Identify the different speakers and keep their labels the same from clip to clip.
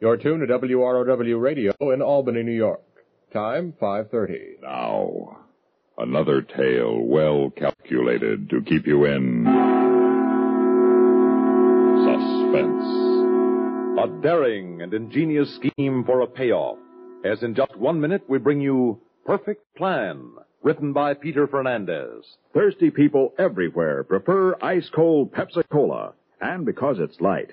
Speaker 1: You're tuned to WROW Radio in Albany, New York. Time 5:30.
Speaker 2: Now, another tale well calculated to keep you in suspense.
Speaker 3: A daring and ingenious scheme for a payoff. As in just one minute, we bring you Perfect Plan, written by Peter Fernandez.
Speaker 4: Thirsty people everywhere prefer ice cold Pepsi Cola, and because it's light,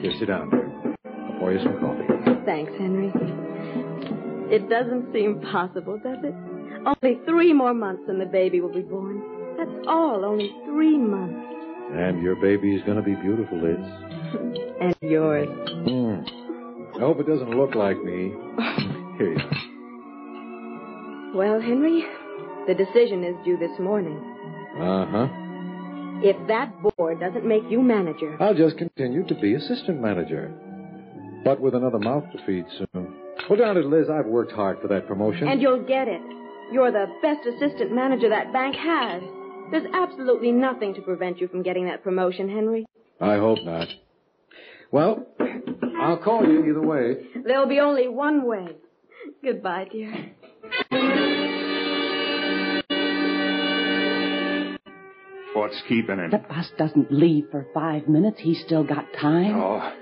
Speaker 1: here, sit down. I'll pour you some coffee.
Speaker 5: Thanks, Henry. It doesn't seem possible, does it? Only three more months and the baby will be born. That's all, only three months.
Speaker 1: And your baby's going to be beautiful, Liz. Hmm.
Speaker 5: And yours.
Speaker 1: I hope it doesn't look like me. Here you are.
Speaker 5: Well, Henry, the decision is due this morning.
Speaker 1: Uh huh.
Speaker 5: If that board doesn't make you manager,
Speaker 1: I'll just continue to be assistant manager, but with another mouth to feed soon. Well, darn it, Liz, I've worked hard for that promotion.
Speaker 5: and you'll get it. You're the best assistant manager that bank has. There's absolutely nothing to prevent you from getting that promotion, Henry.
Speaker 1: I hope not. Well, I'll call you either way.
Speaker 5: There'll be only one way. Goodbye, dear.
Speaker 2: What's keeping him?
Speaker 6: The bus doesn't leave for five minutes. He's still got time.
Speaker 2: Oh,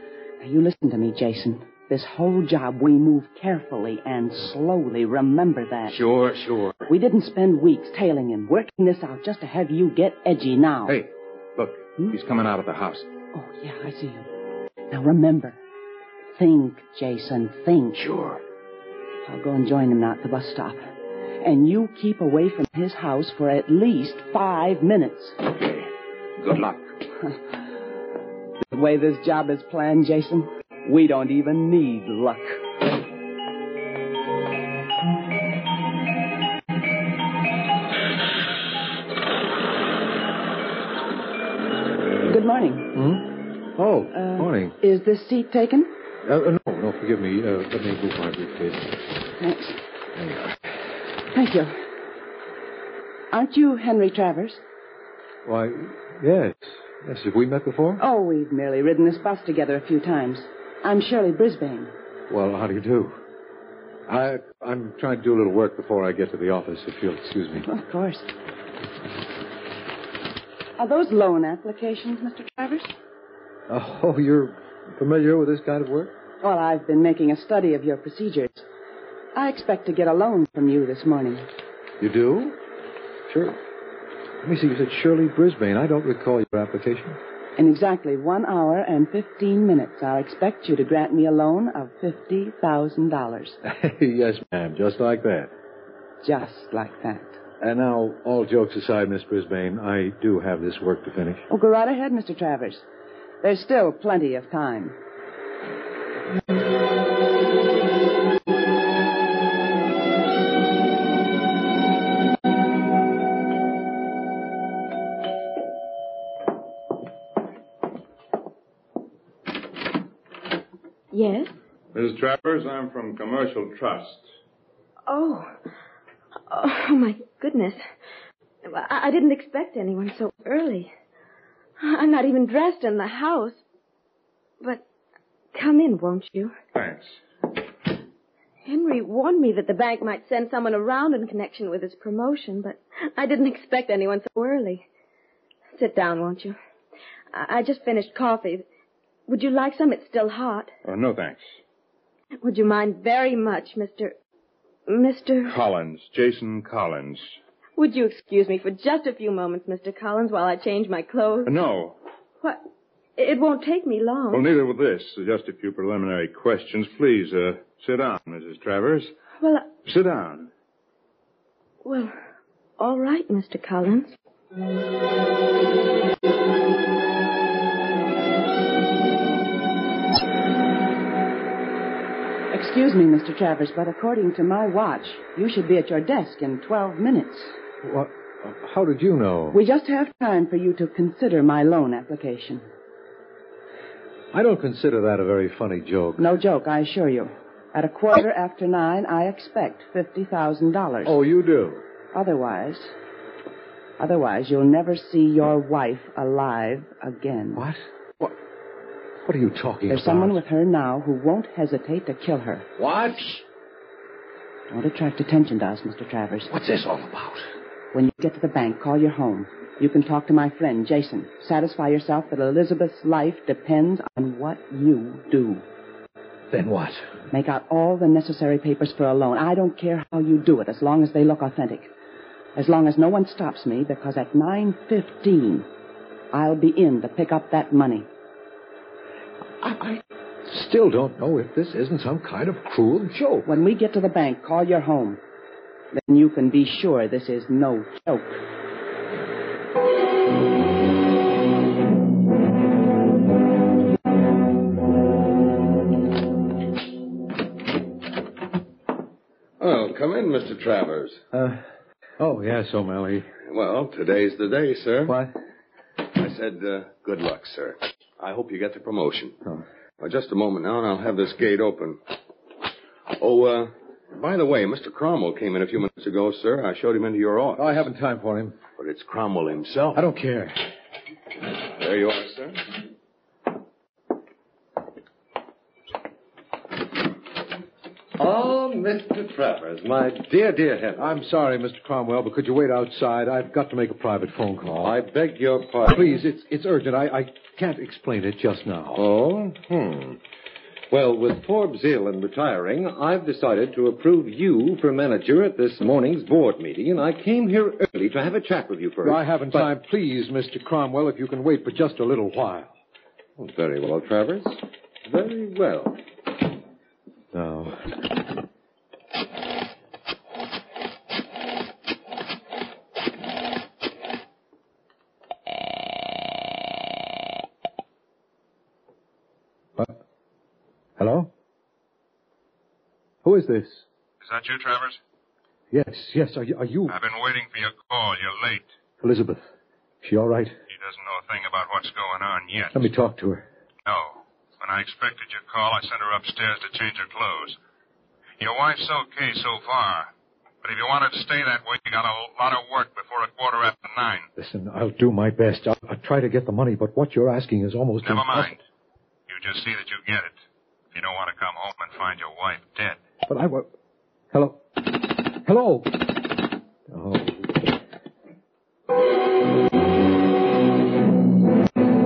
Speaker 6: Now, you listen to me, Jason. This whole job, we move carefully and slowly. Remember that.
Speaker 1: Sure, sure.
Speaker 6: We didn't spend weeks tailing him, working this out just to have you get edgy now.
Speaker 1: Hey, look, he's coming out of the house.
Speaker 6: Oh, yeah, I see him. Now remember, think, Jason, think.
Speaker 1: Sure.
Speaker 6: I'll go and join him now at the bus stop. And you keep away from his house for at least five minutes.
Speaker 1: Okay. Good luck.
Speaker 6: The way this job is planned, Jason, we don't even need luck. Good morning.
Speaker 1: Oh,
Speaker 6: Uh,
Speaker 1: morning.
Speaker 6: Is this seat taken?
Speaker 1: Uh, no, no, forgive me. Uh, let me move my briefcase.
Speaker 6: Thanks. Thank you. Aren't you Henry Travers?
Speaker 1: Why, yes. Yes, have we met before?
Speaker 6: Oh, we've merely ridden this bus together a few times. I'm Shirley Brisbane.
Speaker 1: Well, how do you do? I, I'm trying to do a little work before I get to the office, if you'll excuse me.
Speaker 6: Well, of course. Are those loan applications, Mr. Travers?
Speaker 1: Oh, you're familiar with this kind of work?
Speaker 6: Well, I've been making a study of your procedures. I expect to get a loan from you this morning.
Speaker 1: You do? Sure. Let me see. You said Shirley Brisbane. I don't recall your application.
Speaker 6: In exactly one hour and 15 minutes, I'll expect you to grant me a loan of $50,000.
Speaker 1: yes, ma'am. Just like that.
Speaker 6: Just like that.
Speaker 1: And now, all jokes aside, Miss Brisbane, I do have this work to finish.
Speaker 6: Oh, go right ahead, Mr. Travers. There's still plenty of time.
Speaker 5: Yes?
Speaker 7: Ms. Travers, I'm from Commercial Trust.
Speaker 5: Oh. Oh, my goodness. Well, I, I didn't expect anyone so early. I'm not even dressed in the house. But come in, won't you?
Speaker 7: Thanks.
Speaker 5: Henry warned me that the bank might send someone around in connection with his promotion, but I didn't expect anyone so early. Sit down, won't you? I, I just finished coffee. Would you like some? It's still hot.
Speaker 7: Oh, no thanks.
Speaker 5: Would you mind very much, Mr. Mr.
Speaker 7: Collins, Jason Collins.
Speaker 5: Would you excuse me for just a few moments, Mr. Collins, while I change my clothes?
Speaker 7: Uh, No.
Speaker 5: What? It won't take me long.
Speaker 8: Oh.
Speaker 7: Well, neither will this. Just a few preliminary questions. Please, uh, sit down, Mrs. Travers.
Speaker 5: Well, I-
Speaker 7: Sit down.
Speaker 5: well, all right, Mr. Collins.
Speaker 6: Excuse me, Mr. Travers, but according to my watch, you should be at your desk in 12 minutes.
Speaker 1: What? How did you know?
Speaker 6: We just have time for you to consider my loan application.
Speaker 1: I don't consider that a very funny joke.
Speaker 6: No joke, I assure you. At a quarter after nine, I expect $50,000.
Speaker 1: Oh, you do?
Speaker 6: Otherwise, otherwise you'll never see your wife alive again.
Speaker 1: What? What? What are you talking
Speaker 6: There's
Speaker 1: about?
Speaker 6: someone with her now who won't hesitate to kill her.
Speaker 1: What?
Speaker 6: Don't attract attention to us, Mr. Travers.
Speaker 1: What's this all about?
Speaker 6: When you get to the bank, call your home. You can talk to my friend, Jason. Satisfy yourself that Elizabeth's life depends on what you do.
Speaker 1: Then what?
Speaker 6: Make out all the necessary papers for a loan. I don't care how you do it, as long as they look authentic. As long as no one stops me, because at 9.15, I'll be in to pick up that money.
Speaker 1: I, I still don't know if this isn't some kind of cruel joke.
Speaker 6: When we get to the bank, call your home. Then you can be sure this is no joke.
Speaker 9: Oh, come in, Mr. Travers.
Speaker 1: Uh, oh, yes, O'Malley.
Speaker 9: Well, today's the day, sir.
Speaker 1: What?
Speaker 9: I said, uh, good luck, sir. I hope you get the promotion.
Speaker 1: Oh.
Speaker 9: Well, just a moment now, and I'll have this gate open. Oh, uh, by the way, Mr. Cromwell came in a few minutes ago, sir. I showed him into your office.
Speaker 1: Oh, I haven't time for him.
Speaker 9: But it's Cromwell himself.
Speaker 1: I don't care.
Speaker 9: There you are, sir.
Speaker 10: Oh, Mr. Travers, my dear, dear Henry.
Speaker 1: I'm sorry, Mr. Cromwell, but could you wait outside? I've got to make a private phone call.
Speaker 10: I beg your pardon.
Speaker 1: Please, it's it's urgent. I, I can't explain it just now.
Speaker 10: Oh, hmm. Well, with Forbes Zealand retiring, I've decided to approve you for manager at this morning's board meeting, and I came here early to have a chat with you first.
Speaker 1: I haven't time. Please, Mr. Cromwell, if you can wait for just a little while.
Speaker 10: Oh, very well, Travers. Very well.
Speaker 1: No. What? Hello? Who is this?
Speaker 11: Is that you, Travers?
Speaker 1: Yes, yes, are you, are you
Speaker 11: I've been waiting for your call. You're late.
Speaker 1: Elizabeth? She all right?
Speaker 11: He doesn't know a thing about what's going on yet.
Speaker 1: Let me talk to her.
Speaker 11: No. When I expected your call, I sent her upstairs to change her clothes. Your wife's okay so far. But if you want her to stay that way, you got a lot of work before a quarter after nine.
Speaker 1: Listen, I'll do my best. I'll, I'll try to get the money, but what you're asking is almost
Speaker 11: Never
Speaker 1: impossible.
Speaker 11: mind. You just see that you get it. If you don't want to come home and find your wife dead.
Speaker 1: But I wa Hello. Hello. Oh. Oh,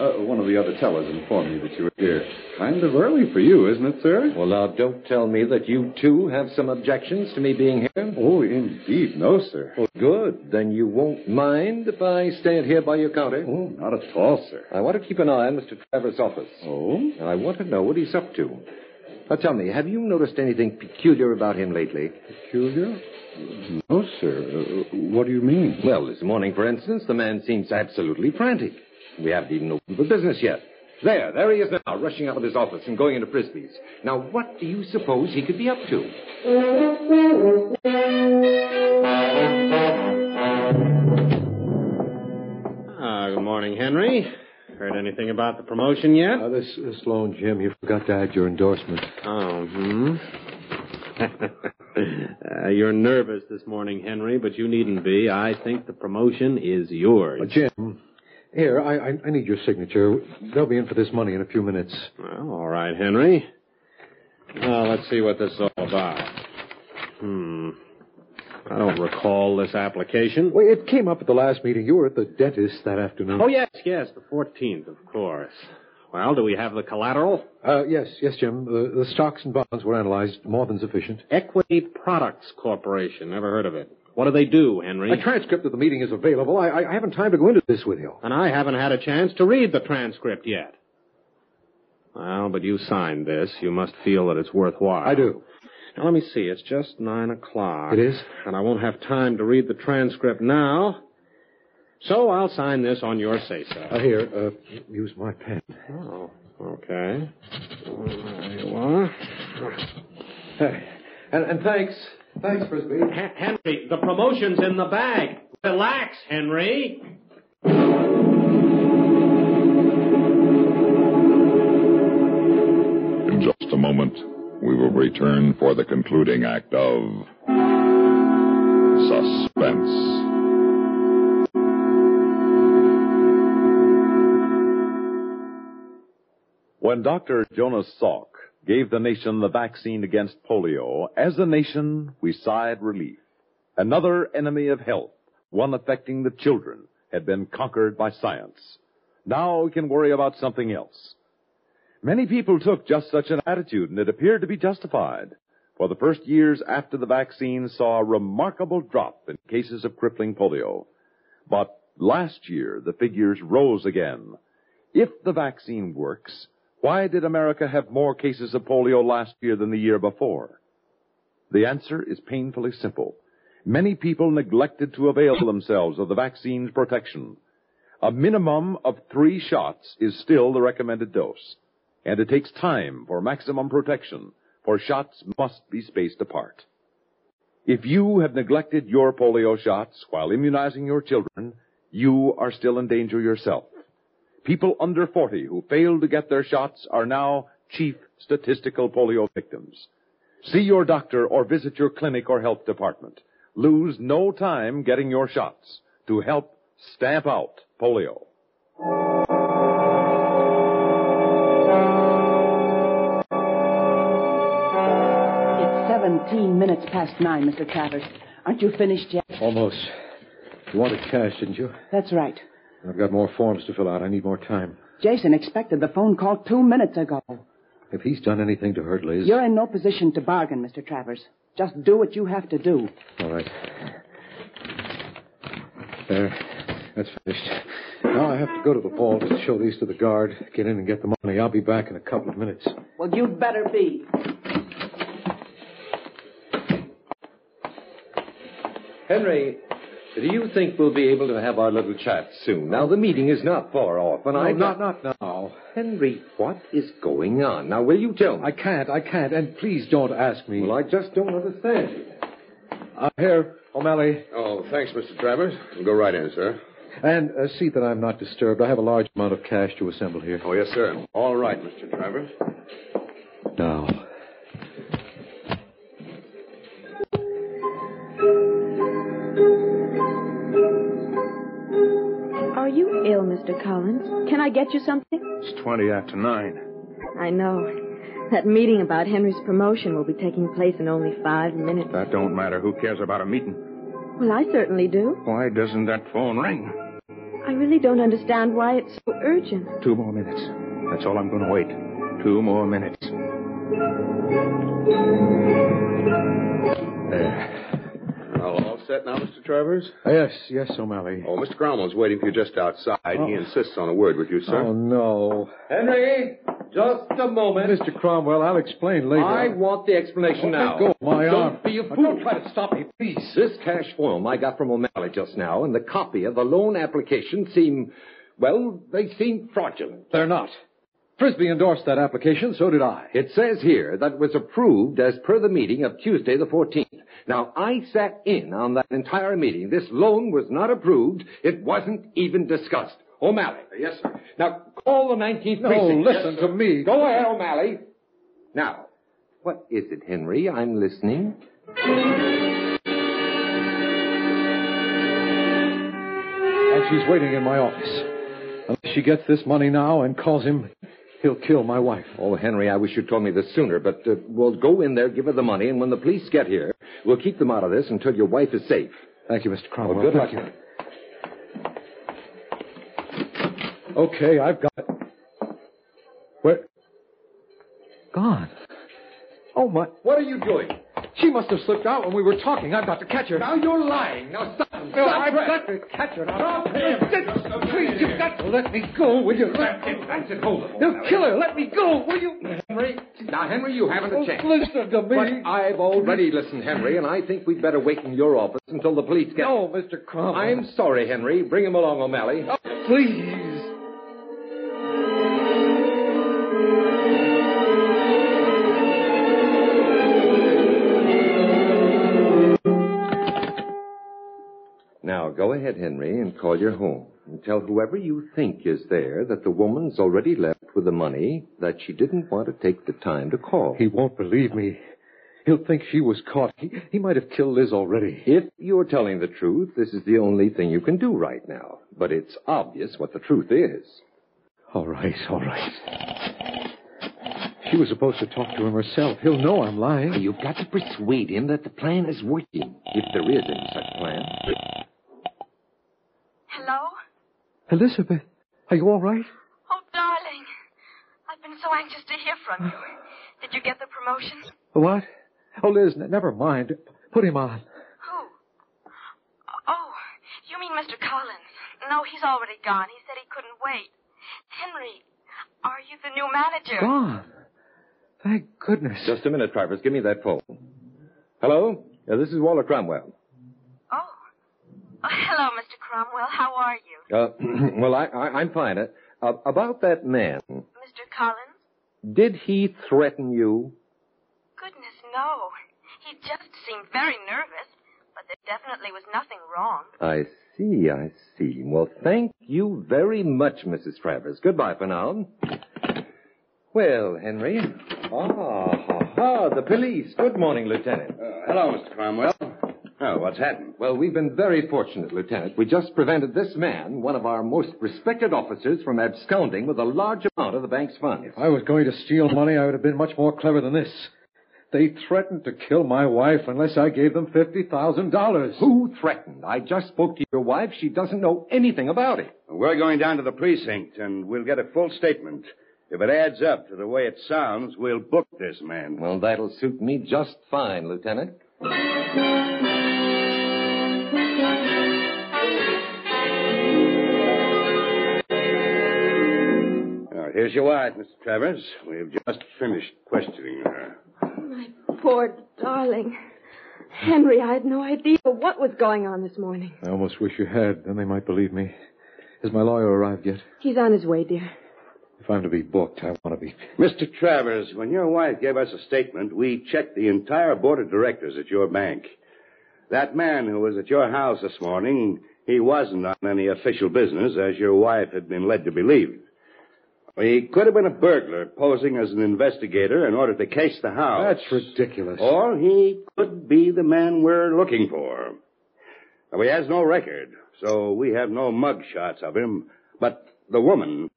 Speaker 1: Uh, one of the other tellers informed me that you were here.
Speaker 10: Kind of early for you, isn't it, sir? Well, now, don't tell me that you, too, have some objections to me being here. Oh, indeed, no, sir. Well, good. Then you won't mind if I stand here by your counter? Oh, not at all, sir. I want to keep an eye on Mr. Travers' office. Oh? And I want to know what he's up to. Now, tell me, have you noticed anything peculiar about him lately?
Speaker 1: Peculiar?
Speaker 10: No, sir. Uh, what do you mean? Well, this morning, for instance, the man seems absolutely frantic. We haven't even opened for business yet. There, there he is now, rushing out of his office and going into Frisbee's. Now, what do you suppose he could be up to?
Speaker 12: Ah, good morning, Henry. Heard anything about the promotion yet?
Speaker 10: Uh, this, this loan, Jim, you forgot to add your endorsement.
Speaker 12: Oh, hmm. Uh, you're nervous this morning, Henry, but you needn't be. I think the promotion is yours.
Speaker 10: Jim, here, I, I, I need your signature. They'll be in for this money in a few minutes.
Speaker 12: Well, all right, Henry. Well, let's see what this is all about. Hmm. I don't recall this application.
Speaker 10: Well, it came up at the last meeting. You were at the dentist that afternoon.
Speaker 12: Oh, yes, yes, the 14th, of course. Well, do we have the collateral?
Speaker 10: Uh, yes, yes, Jim. The, the stocks and bonds were analyzed, more than sufficient.
Speaker 12: Equity Products Corporation. Never heard of it. What do they do, Henry?
Speaker 10: A transcript of the meeting is available. I, I, I haven't time to go into this with you.
Speaker 12: And I haven't had a chance to read the transcript yet. Well, but you signed this. You must feel that it's worthwhile.
Speaker 10: I do.
Speaker 12: Now, let me see. It's just nine o'clock.
Speaker 10: Ah. It is?
Speaker 12: And I won't have time to read the transcript now. So I'll sign this on your say so.
Speaker 10: Uh, here, uh, use my pen.
Speaker 12: Oh, okay. Well, There you are.
Speaker 10: And, and thanks. Thanks, Frisbee.
Speaker 12: Hen- Henry, the promotion's in the bag. Relax, Henry.
Speaker 2: In just a moment, we will return for the concluding act of suspense.
Speaker 3: When Dr. Jonas Salk gave the nation the vaccine against polio, as a nation, we sighed relief. Another enemy of health, one affecting the children, had been conquered by science. Now we can worry about something else. Many people took just such an attitude, and it appeared to be justified. For the first years after the vaccine saw a remarkable drop in cases of crippling polio. But last year, the figures rose again. If the vaccine works, why did America have more cases of polio last year than the year before? The answer is painfully simple. Many people neglected to avail themselves of the vaccine's protection. A minimum of three shots is still the recommended dose, and it takes time for maximum protection, for shots must be spaced apart. If you have neglected your polio shots while immunizing your children, you are still in danger yourself. People under 40 who failed to get their shots are now chief statistical polio victims. See your doctor or visit your clinic or health department. Lose no time getting your shots to help stamp out polio.
Speaker 6: It's 17 minutes past nine, Mr. Travers. Aren't you finished yet?
Speaker 10: Almost. You wanted cash, didn't you?
Speaker 6: That's right.
Speaker 10: I've got more forms to fill out. I need more time.
Speaker 6: Jason expected the phone call two minutes ago.
Speaker 10: If he's done anything to hurt Liz.
Speaker 6: You're in no position to bargain, Mr. Travers. Just do what you have to do.
Speaker 10: All right. There. That's finished. Now I have to go to the vault and show these to the guard, get in and get the money. I'll be back in a couple of minutes.
Speaker 6: Well, you'd better be.
Speaker 10: Henry,
Speaker 9: Do you think we'll be able to have our little chat soon? Now, the meeting is not far off, and
Speaker 10: No,
Speaker 9: I...
Speaker 10: not, not now.
Speaker 9: Henry, what is going on? Now, will you tell me?
Speaker 10: I can't, I can't, and please don't ask me. Well,
Speaker 9: I just don't understand you.
Speaker 10: I'm here, O'Malley,
Speaker 9: Oh, thanks, Mr. Travers. Go right in, sir.
Speaker 10: and uh, see that I'm not disturbed. I have a large amount of cash to assemble here.
Speaker 9: Oh, yes, sir. All right, Mr. Travers.
Speaker 10: Now.
Speaker 5: Are you ill, Mr. Collins? Can I get you something?
Speaker 7: It's 20 after 9.
Speaker 5: I know. That meeting about Henry's promotion will be taking place in only five minutes.
Speaker 7: That don't matter. Who cares about a meeting?
Speaker 5: Well, I certainly do.
Speaker 7: Why doesn't that phone ring?
Speaker 13: I really don't understand why it's so urgent.
Speaker 1: Two more minutes. That's all I'm going to wait. Two more minutes. There.
Speaker 9: Well, all set now, Mr. Travers?
Speaker 1: Yes, yes, O'Malley.
Speaker 9: Oh, Mr. Cromwell's waiting for you just outside. He insists on a word with you, sir.
Speaker 1: Oh, no.
Speaker 10: Henry, just a moment.
Speaker 1: Mr. Cromwell, I'll explain later.
Speaker 10: I want the explanation
Speaker 1: Oh,
Speaker 10: now.
Speaker 1: let go of my
Speaker 10: Don't
Speaker 1: arm.
Speaker 10: be a fool. Don't try to stop me, please. This cash form I got from O'Malley just now and the copy of the loan application seem, well, they seem fraudulent.
Speaker 1: They're not. Frisbee endorsed that application, so did I.
Speaker 10: It says here that was approved as per the meeting of Tuesday the 14th. Now, I sat in on that entire meeting. This loan was not approved. It wasn't even discussed. O'Malley. Yes, sir. Now, call the 19th
Speaker 1: No,
Speaker 10: precinct.
Speaker 1: listen to me.
Speaker 10: Go ahead, O'Malley. Now, what is it, Henry? I'm listening.
Speaker 1: And she's waiting in my office. Unless she gets this money now and calls him, he'll kill my wife.
Speaker 10: Oh, Henry, I wish you'd told me this sooner, but uh, we'll go in there, give her the money, and when the police get here, we'll keep them out of this until your wife is safe.
Speaker 1: Thank you, Mr. Cromwell.
Speaker 10: good
Speaker 1: Thank
Speaker 10: luck.
Speaker 1: you. Okay, I've got it. Where? Gone. Oh, my.
Speaker 10: What are you doing?
Speaker 1: She must have slipped out when we were talking. I've got to catch her.
Speaker 10: Now you're lying. Now stop.
Speaker 1: No,
Speaker 10: stop
Speaker 1: I've
Speaker 10: right.
Speaker 1: got to catch her.
Speaker 10: Stop him.
Speaker 1: Please, you've got to let me go, will you? Let me hold him. No, kill her. Let me go, will you?
Speaker 10: Henry, now, Henry, you haven't
Speaker 1: Oh,
Speaker 10: a chance.
Speaker 1: Listen to me.
Speaker 10: But I've already listened, Henry, and I think we'd better wait in your office until the police get.
Speaker 1: No, Mr. Cromwell. Oh,
Speaker 10: I'm sorry, Henry. Bring him along, O'Malley.
Speaker 1: Please.
Speaker 10: Now go ahead, Henry, and call your home and tell whoever you think is there that the woman's already left with the money that she didn't want to take the time to call.
Speaker 1: He won't believe me. He'll think she was caught. He, he might have killed Liz already.
Speaker 10: If you're telling the truth, this is the only thing you can do right now. But it's obvious what the truth is.
Speaker 1: All right, all right. She was supposed to talk to him herself. He'll know I'm lying.
Speaker 10: You've got to persuade him that the plan is working, if there is any such plan.
Speaker 5: Hello?
Speaker 1: Elizabeth, are you all right?
Speaker 5: Oh, darling. I've been so anxious to hear from you. Did you get the promotion?
Speaker 1: What? Oh, Liz, n- never mind. Put him on.
Speaker 5: Who? Oh, you mean Mr. Collins. No, he's already gone. He said he couldn't wait. Henry, are you the new manager?
Speaker 1: Gone. Thank goodness.
Speaker 10: Just a minute, Travers. Give me that phone. Hello? Yeah, this is Walter Cromwell.
Speaker 5: Oh. Oh, hello, Mr. Cromwell. How are you?
Speaker 10: Uh, well, I, I, I'm fine. Uh, uh, about that man,
Speaker 5: Mr. Collins?
Speaker 10: did he threaten you?
Speaker 5: Goodness, no. He just seemed very nervous, but there definitely was nothing wrong.
Speaker 10: I see, I see. Well, thank you very much, Mrs. Travers. Goodbye for now. Well, Henry. Ah, ha, ha, the police. Good morning, Lieutenant.
Speaker 9: Uh, hello, Mr. Cromwell.
Speaker 10: Oh, what's happened? Well, we've been very fortunate, Lieutenant. We just prevented this man, one of our most respected officers, from absconding with a large amount of the bank's funds.
Speaker 1: If I was going to steal money, I would have been much more clever than this. They threatened to kill my wife unless I gave them $50,000.
Speaker 10: Who threatened? I just spoke to your wife. She doesn't know anything about it.
Speaker 9: We're going down to the precinct, and we'll get a full statement. If it adds up to the way it sounds, we'll book this man.
Speaker 10: Well, that'll suit me just fine, Lieutenant.
Speaker 9: Now, here's your wife, Mr. Travers. We've just finished questioning her.
Speaker 13: Poor darling. Henry, I had no idea what was going on this morning.
Speaker 1: I almost wish you had. Then they might believe me. Has my lawyer arrived yet?
Speaker 13: He's on his way, dear.
Speaker 1: If I'm to be booked, I want to be.
Speaker 9: Mr. Travers, when your wife gave us a statement, we checked the entire board of directors at your bank. That man who was at your house this morning, he wasn't on any official business, as your wife had been led to believe. He could have been a burglar posing as an investigator in order to case the house.
Speaker 1: That's ridiculous.
Speaker 9: Or he could be the man we're looking for. Now, he has no record, so we have no mug shots of him. But the woman,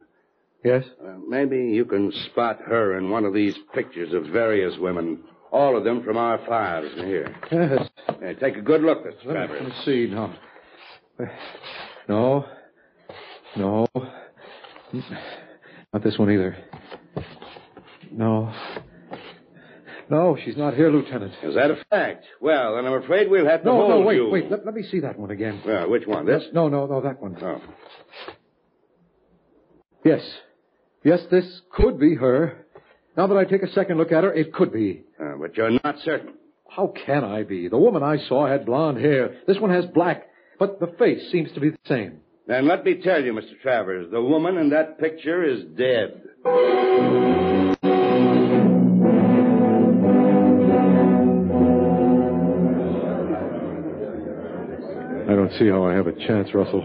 Speaker 1: Yes?
Speaker 9: uh, maybe you can spot her in one of these pictures of various women. All of them from our files in here.
Speaker 1: Yes.
Speaker 9: Hey, take a good look,
Speaker 1: Let
Speaker 9: Mr.
Speaker 1: me,
Speaker 9: Travers.
Speaker 1: see now. No. No. Not this one either. No. No, she's not here, Lieutenant.
Speaker 9: Is that a fact? Well, then I'm afraid we'll have to
Speaker 1: No,
Speaker 9: hold
Speaker 1: no, wait,
Speaker 9: you.
Speaker 1: wait. Let, let me see that one again.
Speaker 9: Well, which one? This?
Speaker 1: No, no, no, that one.
Speaker 9: Oh.
Speaker 1: Yes. Yes, this could be her. Now that I take a second look at her, it could be.
Speaker 9: Uh, but you're not certain.
Speaker 1: How can I be? The woman I saw had blonde hair. This one has black, but the face seems to be the same.
Speaker 9: Then let me tell you, Mr. Travers, the woman in that picture is dead.
Speaker 1: I don't see how I have a chance, Russell.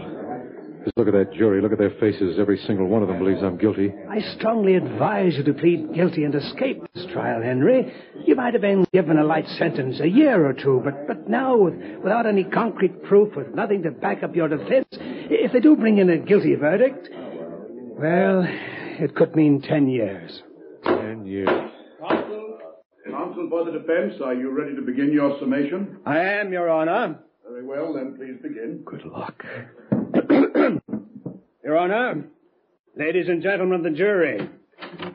Speaker 1: Just look at that jury. Look at their faces. Every single one of them believes I'm guilty.
Speaker 14: I strongly advise you to plead guilty and escape this trial, Henry. You might have been given a light sentence, a year or two, but, but now, with, without any concrete proof, with nothing to back up your defense, i- if they do bring in a guilty verdict, well, it could mean ten years.
Speaker 1: Ten years.
Speaker 4: Counsel for the defense, are you ready to begin your summation?
Speaker 14: I am, Your Honor.
Speaker 4: Very well, then please begin.
Speaker 14: Good luck. Your Honor, ladies and gentlemen of the jury,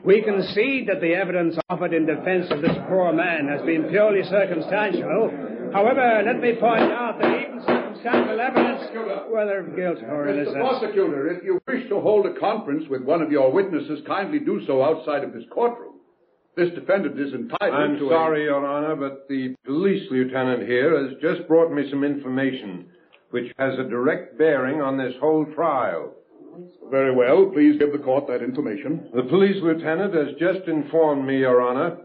Speaker 14: we concede that the evidence offered in defense of this poor man has been purely circumstantial. However, let me point out that even circumstantial evidence, whether of guilt or
Speaker 4: Mr.
Speaker 14: innocence.
Speaker 4: Prosecutor, if you wish to hold a conference with one of your witnesses, kindly do so outside of this courtroom. This defendant is entitled
Speaker 15: I'm
Speaker 4: to a-
Speaker 15: sorry, Your Honor, but the police lieutenant here has just brought me some information which has a direct bearing on this whole trial.
Speaker 4: Very well. Please give the court that information.
Speaker 15: The police lieutenant has just informed me, Your Honor,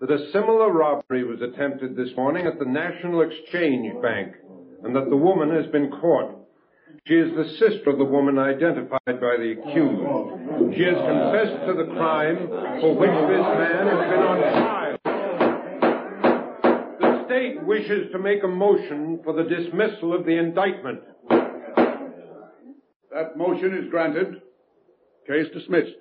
Speaker 15: that a similar robbery was attempted this morning at the National Exchange Bank and that the woman has been caught. She is the sister of the woman identified by the accused. She has confessed to the crime for which this man has been on trial. The state wishes to make a motion for the dismissal of the indictment.
Speaker 4: That motion is granted. Case dismissed.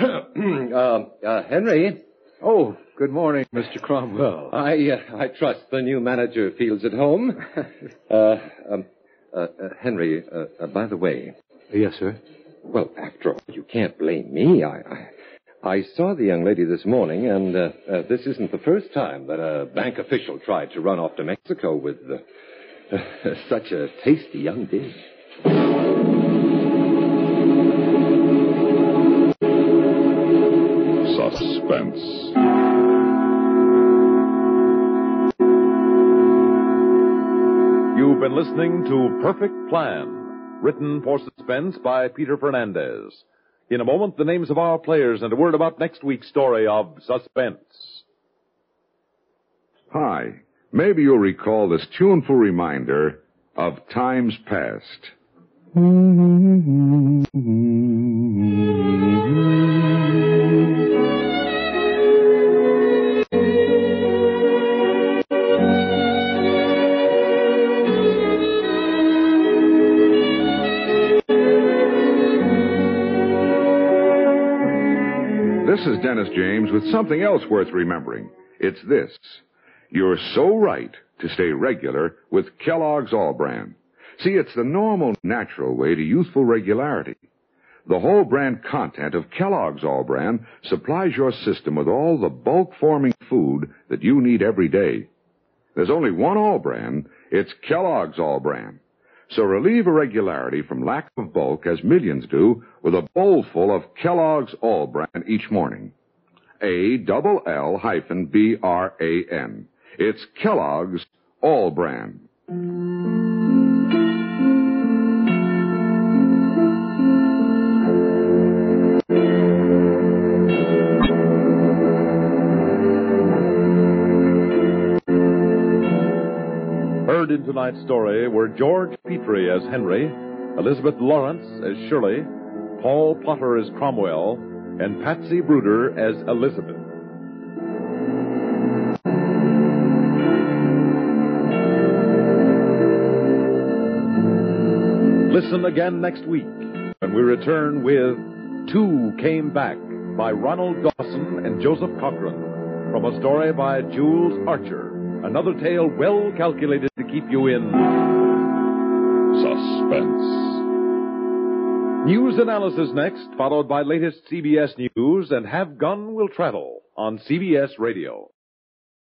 Speaker 10: uh, uh, Henry?
Speaker 1: Oh, good morning, Mr. Cromwell.
Speaker 10: I, uh, I trust the new manager feels at home. uh, um, uh, uh, Henry, uh, uh, by the way.
Speaker 1: Yes, sir.
Speaker 10: Well, after all, you can't blame me. I, I, I saw the young lady this morning, and uh, uh, this isn't the first time that a bank official tried to run off to Mexico with uh, such a tasty young dish.
Speaker 2: Suspense.
Speaker 3: You've been listening to Perfect Plan, written for suspense by Peter Fernandez. In a moment, the names of our players and a word about next week's story of suspense.
Speaker 2: Hi. Maybe you'll recall this tuneful reminder of times past. This is Dennis James with something else worth remembering. It's this. You're so right to stay regular with Kellogg's All Brand. See, it's the normal, natural way to youthful regularity. The whole brand content of Kellogg's All Brand supplies your system with all the bulk forming food that you need every day. There's only one All Brand. It's Kellogg's All Brand. So relieve irregularity from lack of bulk as millions do with a bowlful of Kellogg's All Brand each morning. A double L hyphen B R A N. It's Kellogg's All Brand.
Speaker 3: Heard in tonight's story were George Petrie as Henry, Elizabeth Lawrence as Shirley, Paul Potter as Cromwell, and Patsy Bruder as Elizabeth. Listen again next week when we return with Two Came Back by Ronald Dawson and Joseph Cochran from a story by Jules Archer. Another tale well calculated to keep you in suspense. News analysis next, followed by latest CBS news and Have Gun Will Travel on CBS Radio.